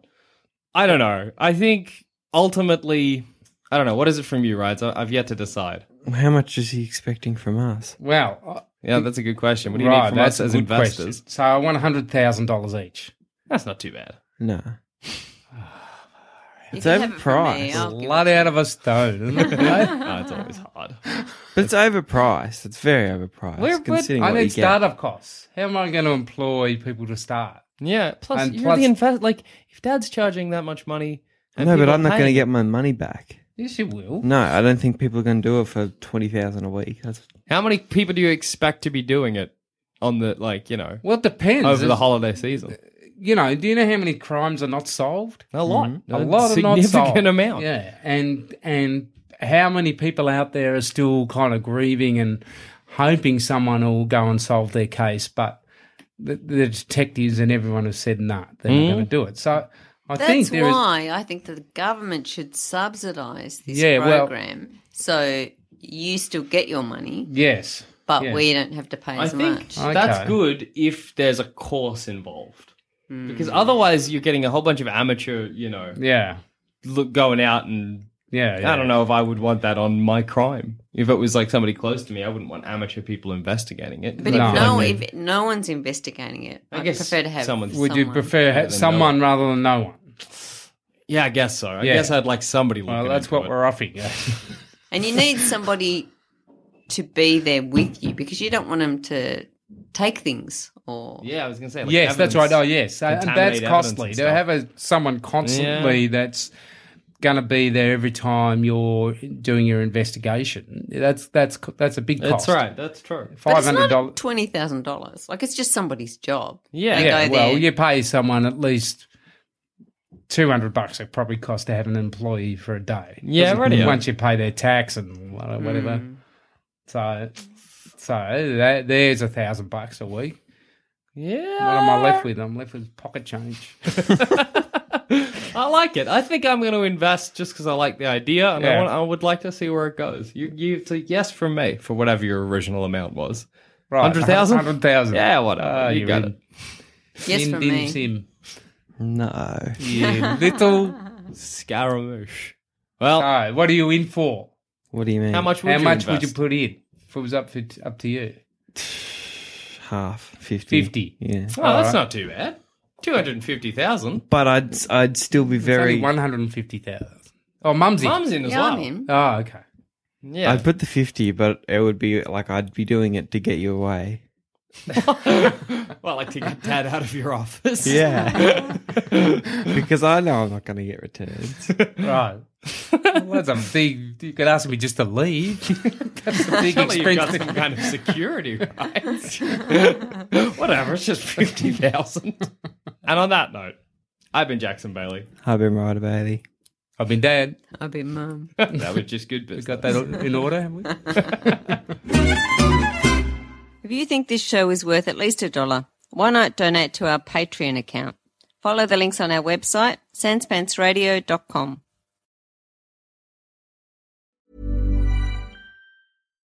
Speaker 2: I don't know. I think ultimately, I don't know. What is it from you, Rides? I- I've yet to decide.
Speaker 3: How much is he expecting from us?
Speaker 4: Well, uh,
Speaker 2: Yeah, that's a good question. What do you
Speaker 4: right,
Speaker 2: need from us
Speaker 4: that's a
Speaker 2: as
Speaker 4: good
Speaker 2: investors?
Speaker 4: Question. So I want hundred thousand dollars each.
Speaker 2: That's not too bad.
Speaker 3: No.
Speaker 5: You
Speaker 3: It's
Speaker 5: can have it from me.
Speaker 3: overpriced.
Speaker 5: I'll give
Speaker 4: Blood out of us, though. isn't it?
Speaker 2: No, Uh, it's always hard.
Speaker 3: But it's overpriced. It's very overpriced.
Speaker 2: Where- what-
Speaker 3: considering
Speaker 4: I
Speaker 3: what you
Speaker 4: need
Speaker 3: get.
Speaker 4: startup costs. How am I going to employ people to start?
Speaker 2: Yeah. Plus,
Speaker 4: And
Speaker 2: you're
Speaker 4: plus-
Speaker 2: the invest. Like, if dad's charging that much money, and
Speaker 3: No, but
Speaker 2: people
Speaker 3: I'm not
Speaker 2: pay-
Speaker 3: going to get my money back.
Speaker 4: Yes, you will.
Speaker 3: No, I don't think people are going to do it for twenty thousand a week. That's
Speaker 2: How many people do you expect to be doing it on the like? You know,
Speaker 4: Well, it depends.
Speaker 2: over the holiday season,
Speaker 4: you know, do you know how many crimes are not solved?
Speaker 2: Mm-hmm. a lot,
Speaker 4: A lot of not solved.
Speaker 2: significant amount.
Speaker 4: Yeah, and and how many people out there are still kind of grieving and hoping someone will go and solve their case, but the, the detectives and everyone have said nah, they're not
Speaker 2: Hmm?
Speaker 4: going to do it. So I think
Speaker 5: That's
Speaker 4: there is.
Speaker 5: why I think that the government should subsidise this
Speaker 4: Yeah, well-
Speaker 5: program so you still get your money,
Speaker 4: Yes.
Speaker 5: but
Speaker 4: Yeah.
Speaker 5: we don't have to pay
Speaker 2: I
Speaker 5: as
Speaker 2: think
Speaker 5: much.
Speaker 4: Okay.
Speaker 2: that's good if there's a course involved.
Speaker 5: Hmm.
Speaker 2: Because otherwise, you're getting a whole bunch of amateur, you know,
Speaker 4: Yeah.
Speaker 2: look going out and
Speaker 4: Yeah. yeah.
Speaker 2: I don't know if I would want that on my crime. If it was like somebody close to me, I wouldn't want amateur people investigating it.
Speaker 5: But
Speaker 4: No.
Speaker 5: if no,
Speaker 4: I
Speaker 5: if no one's investigating it, I,
Speaker 2: guess
Speaker 5: prefer to have
Speaker 2: someone-
Speaker 5: someone.
Speaker 2: Would
Speaker 4: Would you prefer ha-
Speaker 2: than no
Speaker 4: someone rather than no one?
Speaker 2: yeah, I guess so. I
Speaker 4: Yeah.
Speaker 2: guess I'd like somebody. Looking
Speaker 4: Well, that's
Speaker 2: into
Speaker 4: what
Speaker 2: it.
Speaker 4: we're offering. Yeah.
Speaker 5: And you need somebody to be there with you because you don't want them to take things or
Speaker 2: Yeah, I was gonna say. Like
Speaker 4: yes, that's right.
Speaker 2: evidence-
Speaker 4: Oh, yes, Uh, and
Speaker 2: contaminate
Speaker 4: that's
Speaker 2: evidence
Speaker 4: costly.
Speaker 2: and
Speaker 4: To
Speaker 2: stuff.
Speaker 4: have a someone constantly that's going to be there every time you're doing your investigation. That's that's co- that's a big cost.
Speaker 2: That's right. That's true.
Speaker 5: But
Speaker 4: Five
Speaker 5: it's
Speaker 4: hundred
Speaker 5: not
Speaker 4: dollars.
Speaker 5: twenty thousand dollars. Like it's just somebody's job.
Speaker 2: Yeah.
Speaker 5: They
Speaker 4: Yeah,
Speaker 5: go
Speaker 4: well,
Speaker 5: there.
Speaker 4: you pay someone at least two hundred bucks. It probably costs to have an employee for a day.
Speaker 2: Yeah, Hmm.
Speaker 4: Doesn't-
Speaker 2: rightio.
Speaker 4: Once you pay their tax and wha- whatever, so so that, there's a thousand bucks a week.
Speaker 2: Yeah.
Speaker 4: What am I left with? I'm left with pocket change.
Speaker 2: I like it. I think I'm going to invest just because I like the idea, and I,
Speaker 4: Yeah.
Speaker 2: want, I would like to see where it goes. You, you, it's a yes from me for whatever your original amount was.
Speaker 4: Right,
Speaker 2: Hundred thousand.
Speaker 4: Hundred thousand. Ah,
Speaker 2: Yeah, whatever. you,
Speaker 4: you
Speaker 2: got
Speaker 4: in.
Speaker 2: it.
Speaker 5: yes,
Speaker 4: Sim,
Speaker 5: for
Speaker 4: dim,
Speaker 5: me.
Speaker 4: sim.
Speaker 3: no.
Speaker 4: You little.
Speaker 2: Scaramouche. Well,
Speaker 4: Oh, what are you in for?
Speaker 3: What do you mean?
Speaker 2: how much would
Speaker 4: How
Speaker 2: you
Speaker 4: much
Speaker 2: invest?
Speaker 4: would you put in? If it was up for, up to you,
Speaker 3: Half fifty.
Speaker 4: fifty.
Speaker 3: Yeah.
Speaker 2: Oh, that's not too bad. Two hundred and fifty thousand.
Speaker 3: But I'd I'd still be
Speaker 4: It's only
Speaker 3: very.
Speaker 4: one hundred and fifty thousand. Oh, mum's in.
Speaker 2: Mum's in as
Speaker 5: Yeah,
Speaker 2: well.
Speaker 5: I'm in.
Speaker 4: Oh, okay.
Speaker 2: Yeah.
Speaker 3: I'd put the fifty, but it would be like I'd be doing it to get you away.
Speaker 2: well, like to get dad out of your office.
Speaker 3: Yeah. because I know I'm not going to get returns.
Speaker 4: Right. well, that's a big. You could ask me just to leave. that's a big
Speaker 2: Surely you've got
Speaker 4: expense.
Speaker 2: some kind of security, right? Whatever, it's just 50,000. And on that note, I've been Jackson Bailey.
Speaker 3: I've been right, Bailey.
Speaker 4: I've been dead.
Speaker 5: I'll be mum.
Speaker 2: That was just good business.
Speaker 4: Got that in order, haven't we?
Speaker 5: If you think this show is worth at least a dollar, why not donate to our Patreon account? Follow the links on our website, sanspantsradio.com.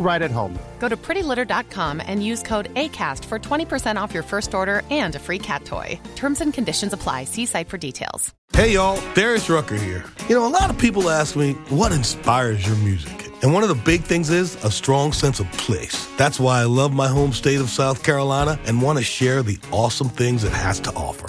Speaker 8: right at home.
Speaker 9: Go to prettylitter.com and use code ACAST for 20% off your first order and a free cat toy. Terms and conditions apply. See site for details.
Speaker 10: Hey y'all, Darius Rucker here. You know, a lot of people ask me, what inspires your music? And
Speaker 6: And one of the big things is a strong sense of place. That's why I love my home state of South Carolina and want to share the awesome things it has to offer.